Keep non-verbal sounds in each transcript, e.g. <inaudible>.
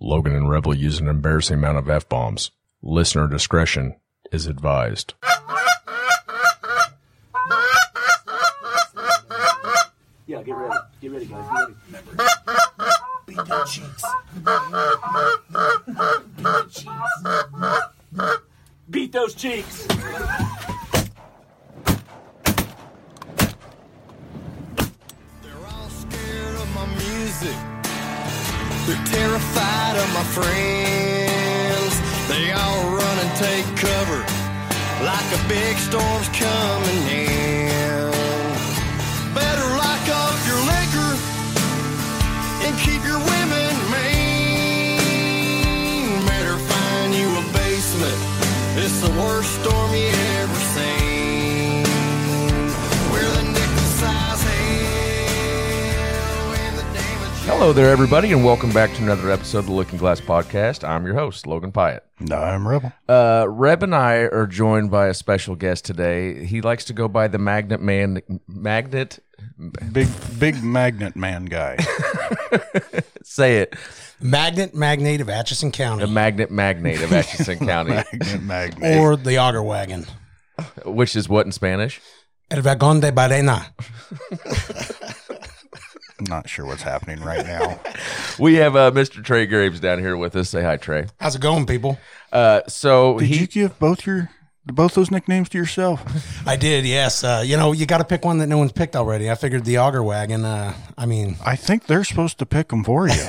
Logan and Rebel use an embarrassing amount of F bombs. Listener discretion is advised. Yeah, get ready. Get ready, guys. Get ready. Beat their cheeks. Beat those cheeks. They're all scared of my music. They're terrified of my friends. They all run and take cover like a big storm's coming in. Better lock up your liquor and keep your women mean. Better find you a basement. It's the worst storm you ever seen. We're the nickel size hell and the damage. Hello there, everybody, and welcome back to another episode of the Looking Glass Podcast. I'm your host, Logan Pyatt. No, I'm Rebel. Uh, Reb and I are joined by a special guest today. He likes to go by the Magnet Man. Magnet, Big, big magnet man guy. say it. Magnet Magnate of Atchison The County <laughs> Magnet Magnate <laughs> of Atchison County, Magnet magnet. or the Auger Wagon. which is what in Spanish? El Vagon de Barena. Not sure what's happening right <laughs> now. We have uh, Mr. Trey Graves down here with us. Say hi, Trey. How's it going, people? Uh, so Did he, you give both your both those nicknames to yourself? I did, yes. Uh, you know, you got to pick one that no one's picked already. I figured the Auger Wagon. Uh, I mean, I think they're supposed to pick them for <laughs> you.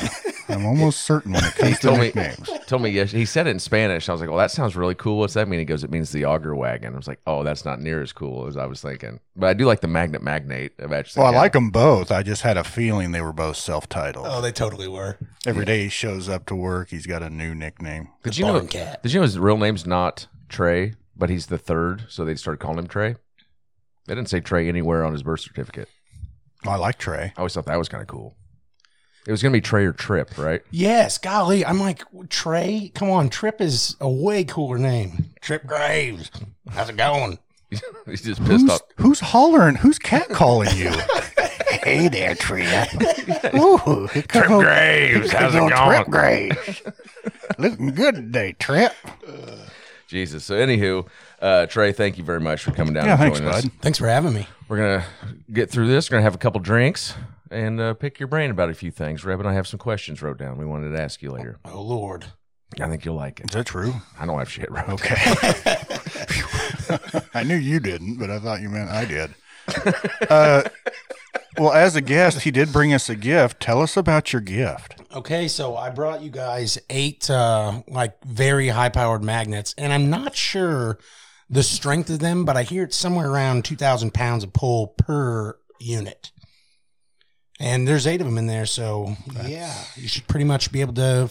I'm almost certain when it comes to told me- nicknames. told me yes. He said it in Spanish. I was like, "Well, that sounds really cool. What's that mean?" He goes, "It means the auger wagon." I was like, "Oh, that's not near as cool as I was thinking." But I do like the magnet magnate of Atchison. Well, Oh, I County. like them both. I just had a feeling they were both self-titled. oh, they totally were. Every day he shows up to work, he's got a new nickname. Did you know? barn cat. Did you know his real name's not Trey, but he's the third, so they started calling him Trey. They didn't say Trey anywhere on his birth certificate. I like Trey. I always thought that was kind of cool. It was gonna be Trey or Trip, right? <laughs> Yes, golly. I'm like, Trey, come on. Trip is a way cooler name. Trip Graves. How's it going? he's just pissed Who's, off. who's hollering? Who's cat calling you? hey there, <laughs> Tria. Ooh, Trip Graves, how's it going? Trip Graves. Looking good today, Trip. Jesus. So, anywho, uh, Trey, thank you very much for coming down Yeah, and thanks, joining us. bud. Thanks for having me. We're gonna get through this. We're gonna have a couple drinks and uh, pick your brain about a few things. Reb and I have some questions wrote down. We wanted to ask you later. Oh, Lord. I think you'll like Is it. that true? I don't have shit <laughs> wrote. Okay. I knew you didn't, but I thought you meant I did. Uh, well, as a guest, he did bring us a gift. Tell us about your gift. Okay, so I brought you guys eight uh, like very high powered magnets, and I'm not sure the strength of them, but I hear it's somewhere around 2,000 pounds of pull per unit. And there's eight of them in there, so yeah, you should pretty much be able to.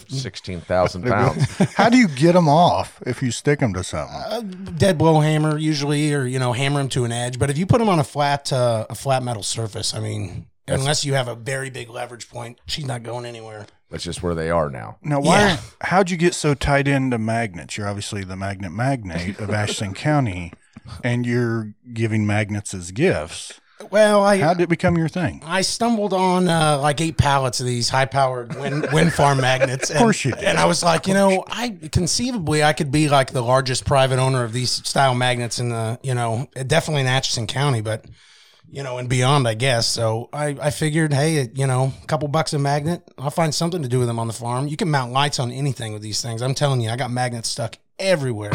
<laughs> Sixteen thousand pounds. How do you get them off if you stick them to something? A uh, dead blow hammer usually, or you know, hammer them to an edge. But if you put them on a flat, uh, a flat metal surface, I mean, unless you have a very big leverage point, she's not going anywhere. That's just where they are now. Now, why? Yeah. How'd you get so tied into magnets? You're obviously the magnet magnate of Ashton County, and you're giving magnets as gifts. Well, I How did it become your thing? I stumbled on uh, like eight pallets of these high-powered wind, wind farm <laughs> magnets. And, course you did. And I was like, you know, I conceivably I could be like the largest private owner of these style magnets in the, you know, definitely in Atchison County, but you know, and beyond, I guess. So I, I figured, hey, you know, a couple bucks a magnet, I'll find something to do with them on the farm. You can mount lights on anything with these things. I'm telling you, I got magnets stuck everywhere.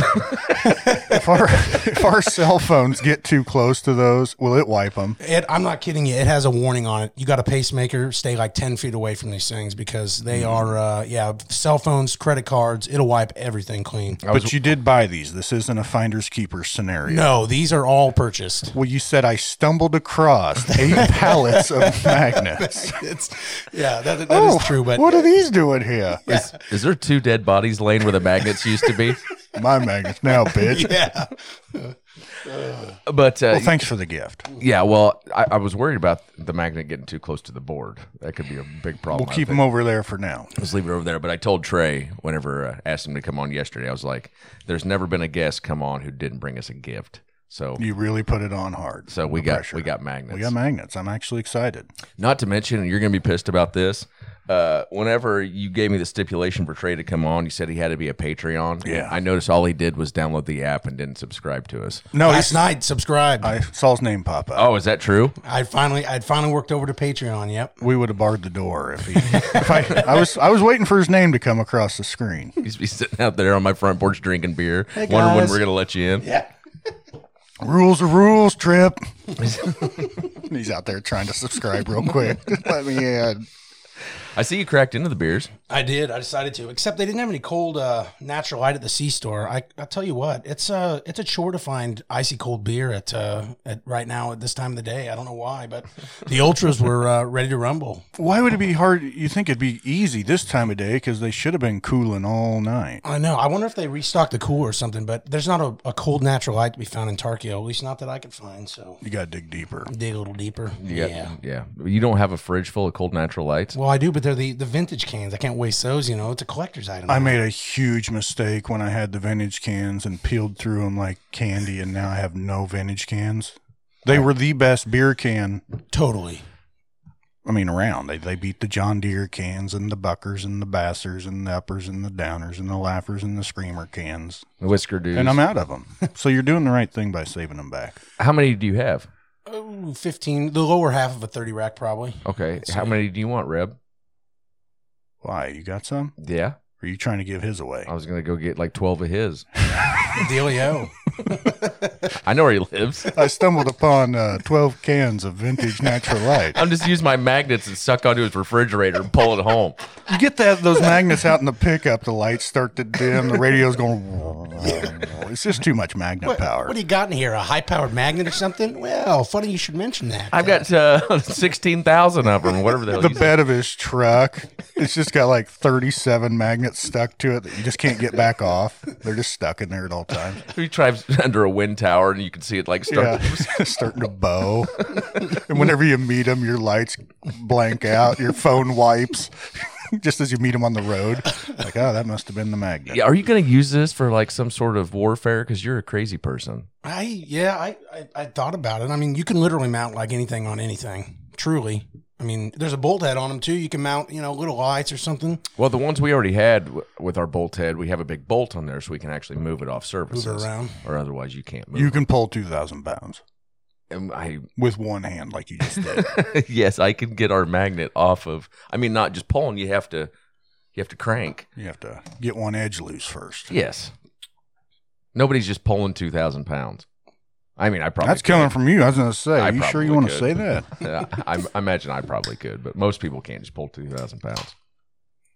If our, if our cell phones get too close to those, will it wipe them? It, I'm not kidding you. It has a warning on it. You got a pacemaker. Stay like ten feet away from these things because Mm. they are, uh, yeah, cell phones, credit cards. It'll wipe everything clean. But you did buy these. This isn't a finder's keeper scenario. No, these are all purchased. <laughs> Well, you said I stumbled across eight pallets of magnets. It's, yeah, that, that is true. But Oh, what are these doing here? Is, is there two dead bodies laying where the magnets used <laughs> to be? My magnets now, bitch. <laughs> yeah, But uh, Well, thanks for the gift. yeah, well, I, I was worried about the magnet getting too close to the board. That could be a big problem. We'll I keep think. them over there for now. Let's leave it over there. But I told Trey whenever uh, asked him to come on yesterday, I was like, "There's never been a guest come on who didn't bring us a gift." So You really put it on hard. So we The got pressure. we got magnets. We got magnets. I'm actually excited. Not to mention, and you're going to be pissed about this. uh, whenever you gave me the stipulation for Trey to come on, you said he had to be a Patreon. Yeah. I noticed all he did was download the app and didn't subscribe to us. No, Last Oh, he's, night, subscribed. I, I saw his name pop up. Oh, is that true? <laughs> finally, I'd finally worked over to Patreon. Yep. We would have barred the door <laughs> if he. if I, I was I was waiting for his name to come across the screen. He's be sitting out there on my front porch drinking beer, wondering when guys. we're gonna let you in. Yeah. Rules are rules, Trip. <laughs> He's out there trying to subscribe real quick. <laughs> Just let me in. I see you cracked into the beers. I did. I decided to. Except they didn't have any cold uh, natural light at the C store. I I tell you what, it's uh it's a chore to find icy cold beer at uh at right now at this time of the day. I don't know why, but the ultras were uh, ready to rumble. Why would it be hard? You think it'd be easy this time of day because they should have been cooling all night. I know. I wonder if they restocked the cooler or something. But there's not a, a cold natural light to be found in Tarkio. At least not that I could find. So You got to dig deeper. dig a little deeper. You got- yeah. yeah. You don't have a fridge full of cold natural lights. Well, I do, but they're the, the vintage cans. I can't waste those. You know, it's a collector's item. I made a huge mistake when I had the vintage cans and peeled through them like candy, and now I have no vintage cans. They were the best beer can, totally. I mean, around. They, they beat the John Deere cans and the Buckers and the Bassers and the Uppers and the Downers and the Laughers and the Screamer cans. The Whisker dudes. And I'm out of them. so you're doing the right thing by saving them back. How many do you have? Oh, 15, the lower half of a 30 rack, probably. Okay. How many do you want, Reb? Why? You got some? Yeah. Or are you trying to give his away? I was gonna go get like twelve of his. Dealio. I know where he <laughs> lives. I stumbled upon uh, 12 cans of vintage natural light. I'm just using my magnets and suck onto his refrigerator and pull it home. You get that those magnets out in the pickup, the lights start to dim, the radio's going. It's just too much magnet power. What do you got in here? A high powered magnet or something? Well, funny you should mention that. I've got uh, <laughs> sixteen thousand of them, whatever <laughs> the hell. the you said. bed of his truck, it's just got like 37 magnets stuck to it that you just can't get back off. They're just stuck in there at all times. He drives <laughs> under a wind tower and you can see it like start. Yeah, <laughs> starting to bow. And whenever you meet him, your lights blank out, your phone wipes. <laughs> Just as you meet him on the road, like, oh, that must have been the magnet. <laughs> Yeah, Are you going to use this for like some sort of warfare? Because you're a crazy person. I, yeah, I, I, I thought about it. I mean, you can literally mount like anything on anything, truly. I mean, there's a bolt head on them too. You can mount, you know, little lights or something. Well, the ones we already had w- with our bolt head, we have a big bolt on there, so we can actually move it off services, around. or otherwise you can't move. You can pull 2,000 pounds And I with one hand, like you just did. <laughs> yes, I can get our magnet off of. I mean, not just pulling. You have to, you have to crank. You have to get one edge loose first. Yes. Nobody's just pulling two thousand pounds. I mean, I probably That's coming from you. I was going to say, I you sure you probably want to could. say that? <laughs> Yeah, I, I imagine I probably could, but most people can't just pull two thousand pounds.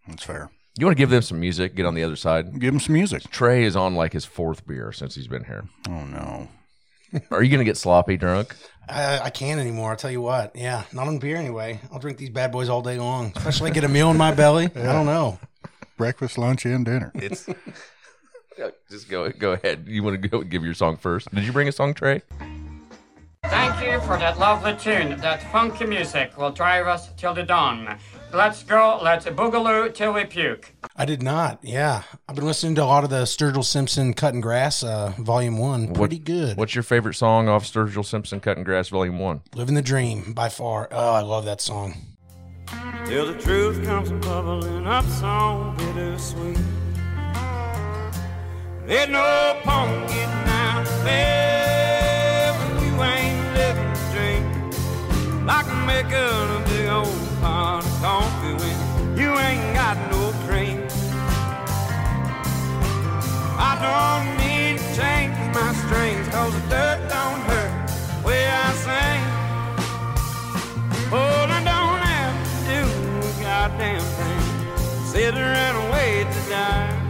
That's fair. You want to give them some music? Get on the other side. Give him some music. Trey is on like his fourth beer since he's been here. Oh, no. Are you gonna get sloppy drunk? I, I can't anymore. I'll tell you what. Yeah, not on beer anyway. I'll drink these bad boys all day long, especially get a meal in my <laughs> belly. I don't know. Breakfast, lunch, and dinner. It's just go go ahead. You want to go give your song first? Did you bring a song, Trey? Thank you for that lovely tune. That funky music will drive us till the dawn. Let's go, let's boogaloo till we puke. I did not. Yeah, I've been listening to a lot of the Sturgill Simpson "Cutting Grass" uh, Volume One. Pretty good. What's your favorite song off Sturgill Simpson "Cutting Grass" Volume One? Living the dream by far. Oh, I love that song. Till the truth comes bubbling up so bittersweet. There's no point getting out of bed when you ain't living the dream. I can make a big old pot of coffee when you ain't got no cream. I don't need to change my strings cause the dirt don't hurt the way I sing. Well, I don't have to do a goddamn thing. Sit around and wait to die.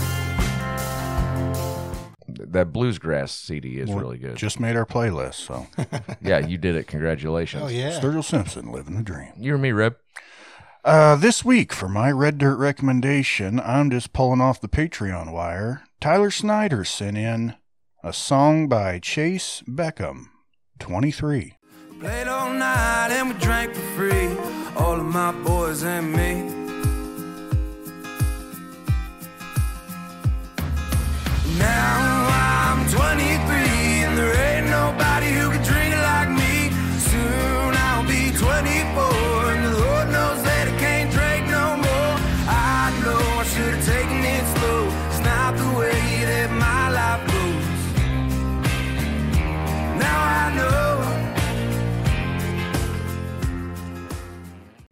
That Bluesgrass CD is really good. Just made our playlist. So, <laughs> yeah, you did it. Congratulations. Oh yeah. Sturgill Simpson, living the dream. You and me, Reb. Uh, this week, for my Red Dirt recommendation, I'm just pulling off the Patreon wire. Tyler Snyder sent in a song by Chase Beckham, 23. Played all night and we drank for free, all of my boys and me. Now I'm 23 and there ain't nobody who can drink it like me. Soon I'll be 24 and the Lord knows that I can't drink no more.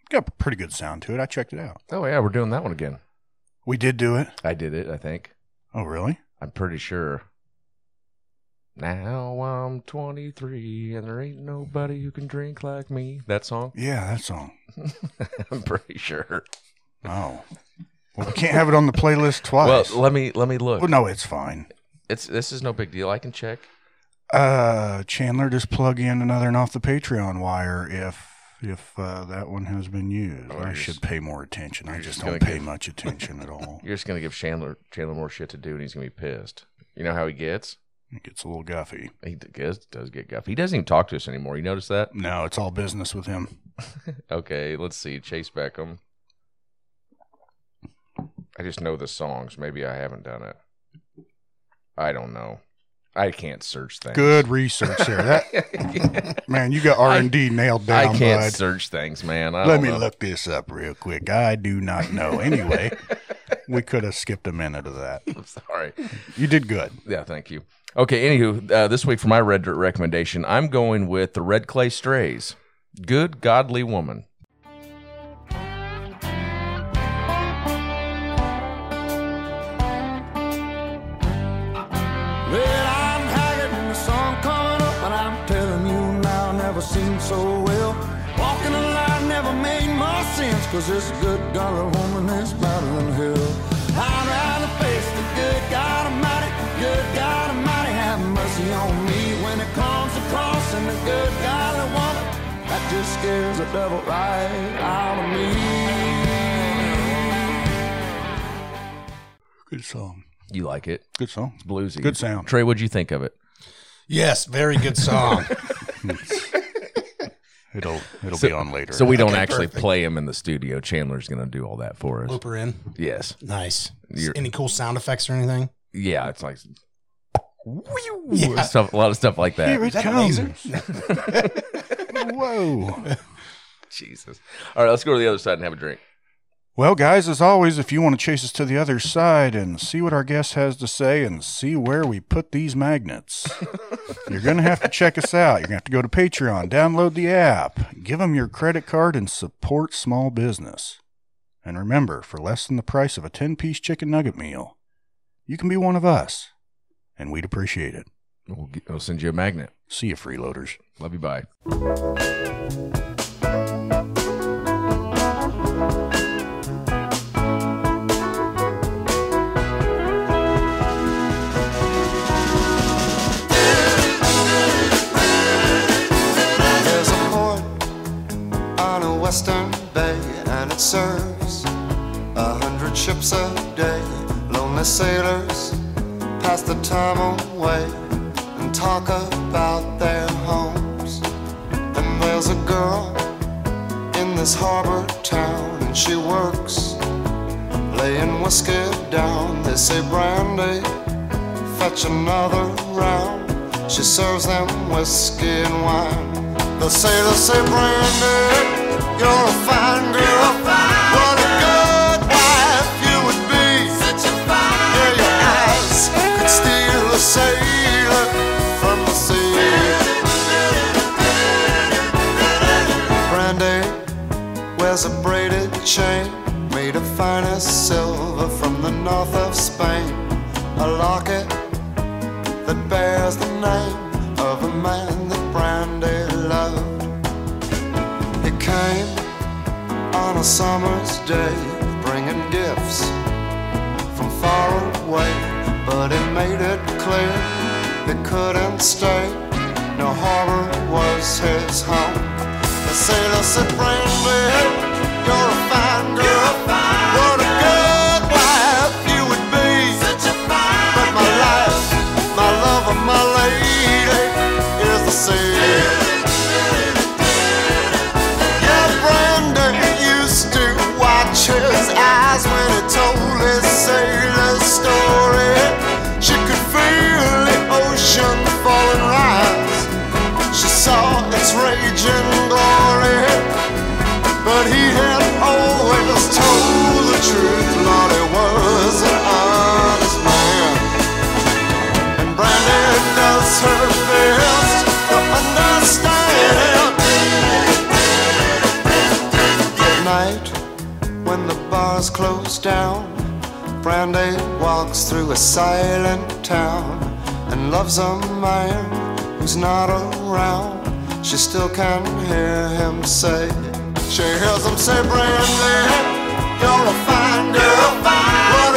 got a pretty good sound to it. I checked it out. Oh yeah, we're doing that one again. We did do it. I did it. I think. Oh, really? I'm pretty sure. Now I'm 23 and there ain't nobody who can drink like me. That song? <laughs> Yeah, that song. I'm pretty sure. Oh. Well, we can't have it on the playlist <laughs> Well, twice. Well, let me let me look. no, it's fine. It's this is no big deal. I can check. Uh, Chandler, just plug in another and off the Patreon wire if if uh, that one has been used. Oh, I you're should just- pay more attention. I just just don't gonna pay give- much attention at all. <laughs> You're just gonna give Chandler Chandler more shit to do, and he's gonna be pissed. You know how he gets? It gets a little guffy. He d- gets, does get guff. He doesn't even talk to us anymore. You notice that? No, it's all business with him. Okay, let's see. Chase Beckham. I just know the songs. Maybe I haven't done it. I don't know. I can't search things. Good research there. That <laughs> man, you got R and D nailed I down, can't bud. search things, man. I Let don't me know. look this up real quick. I do not know. <laughs> Anyway, we could have skipped a minute of that. I'm <laughs> sorry. You did good. Yeah, thank you. Okay, anywho, uh, this week for my red dirt recommendation, I'm going with the Red Clay Strays. Good Godly Woman. Well, I'm haggard and the sun coming up, but I'm telling you now, never seen so well. Walking a line never made much sense, cause this good dollar woman is better than hell. I'd rather face the good God Almighty, good God Almighty, have mercy on me when it comes to crossing the good godly woman. That just scares the devil right out of me. Good song. You like it? Good song. Bluesy. Good sound. Trey, what'd you think of it? Yes, very good song. It'll it'll be on later. <laughs> So we don't actually play him in the studio. Chandler's going to do all that for us. Looper in. Yes. Nice. You're- Any cool sound effects or anything? Yeah, it's like Yeah. <laughs> stuff, a lot of stuff like Here that. it comes. Whoa. Jesus. All right, let's go to the other side and have a drink. Well, guys, as always, if you want to chase us to the other side and see what our guest has to say and see where we put these <laughs> magnets, you're going to have to check us out. You're going to have to go to Patreon, download the app, give them your credit card, and support small business. And remember, for less than the price of a 10 piece chicken nugget meal, you can be one of us, and we'd appreciate it. We'll, get, we'll send you a magnet. See you, freeloaders. Love you. Bye. There's a port on a western bay, and it serves a hundred ships a day. Lonely sailors pass the time away and talk about their homes. And there's a girl in this harbor town, and she works laying whiskey down. They say brandy fetch another round. She serves them whiskey and wine. They say, they say, Brandy, you're a fine girl. what a good wife you would be. Such a fine Yeah, your eyes could steal a sailor from the sea. Brandy wears a braided chain made of finest silver from the north of Spain. A locket that bears the name of a man that Brandy loved. He came on a summer's day, bringing gifts from far away, but he made it clear he couldn't stay. No harbor was his home. The sailor said, Brandy, you're a fine girl. What a good wife you would be. Such a fine But my life, my love, and my lady is the sea. Yeah, Brandon used to watch his eyes when he told his sailor story. She could feel the ocean falling rise. She saw its raging glory. But he had always told the truth. Lord, he was an honest man. And Brandon does her best to understand. But closed down. Brandy walks through a silent town and loves a man who's not around. She still can hear him say, She hears him say, Brandy, you're a fine girl. What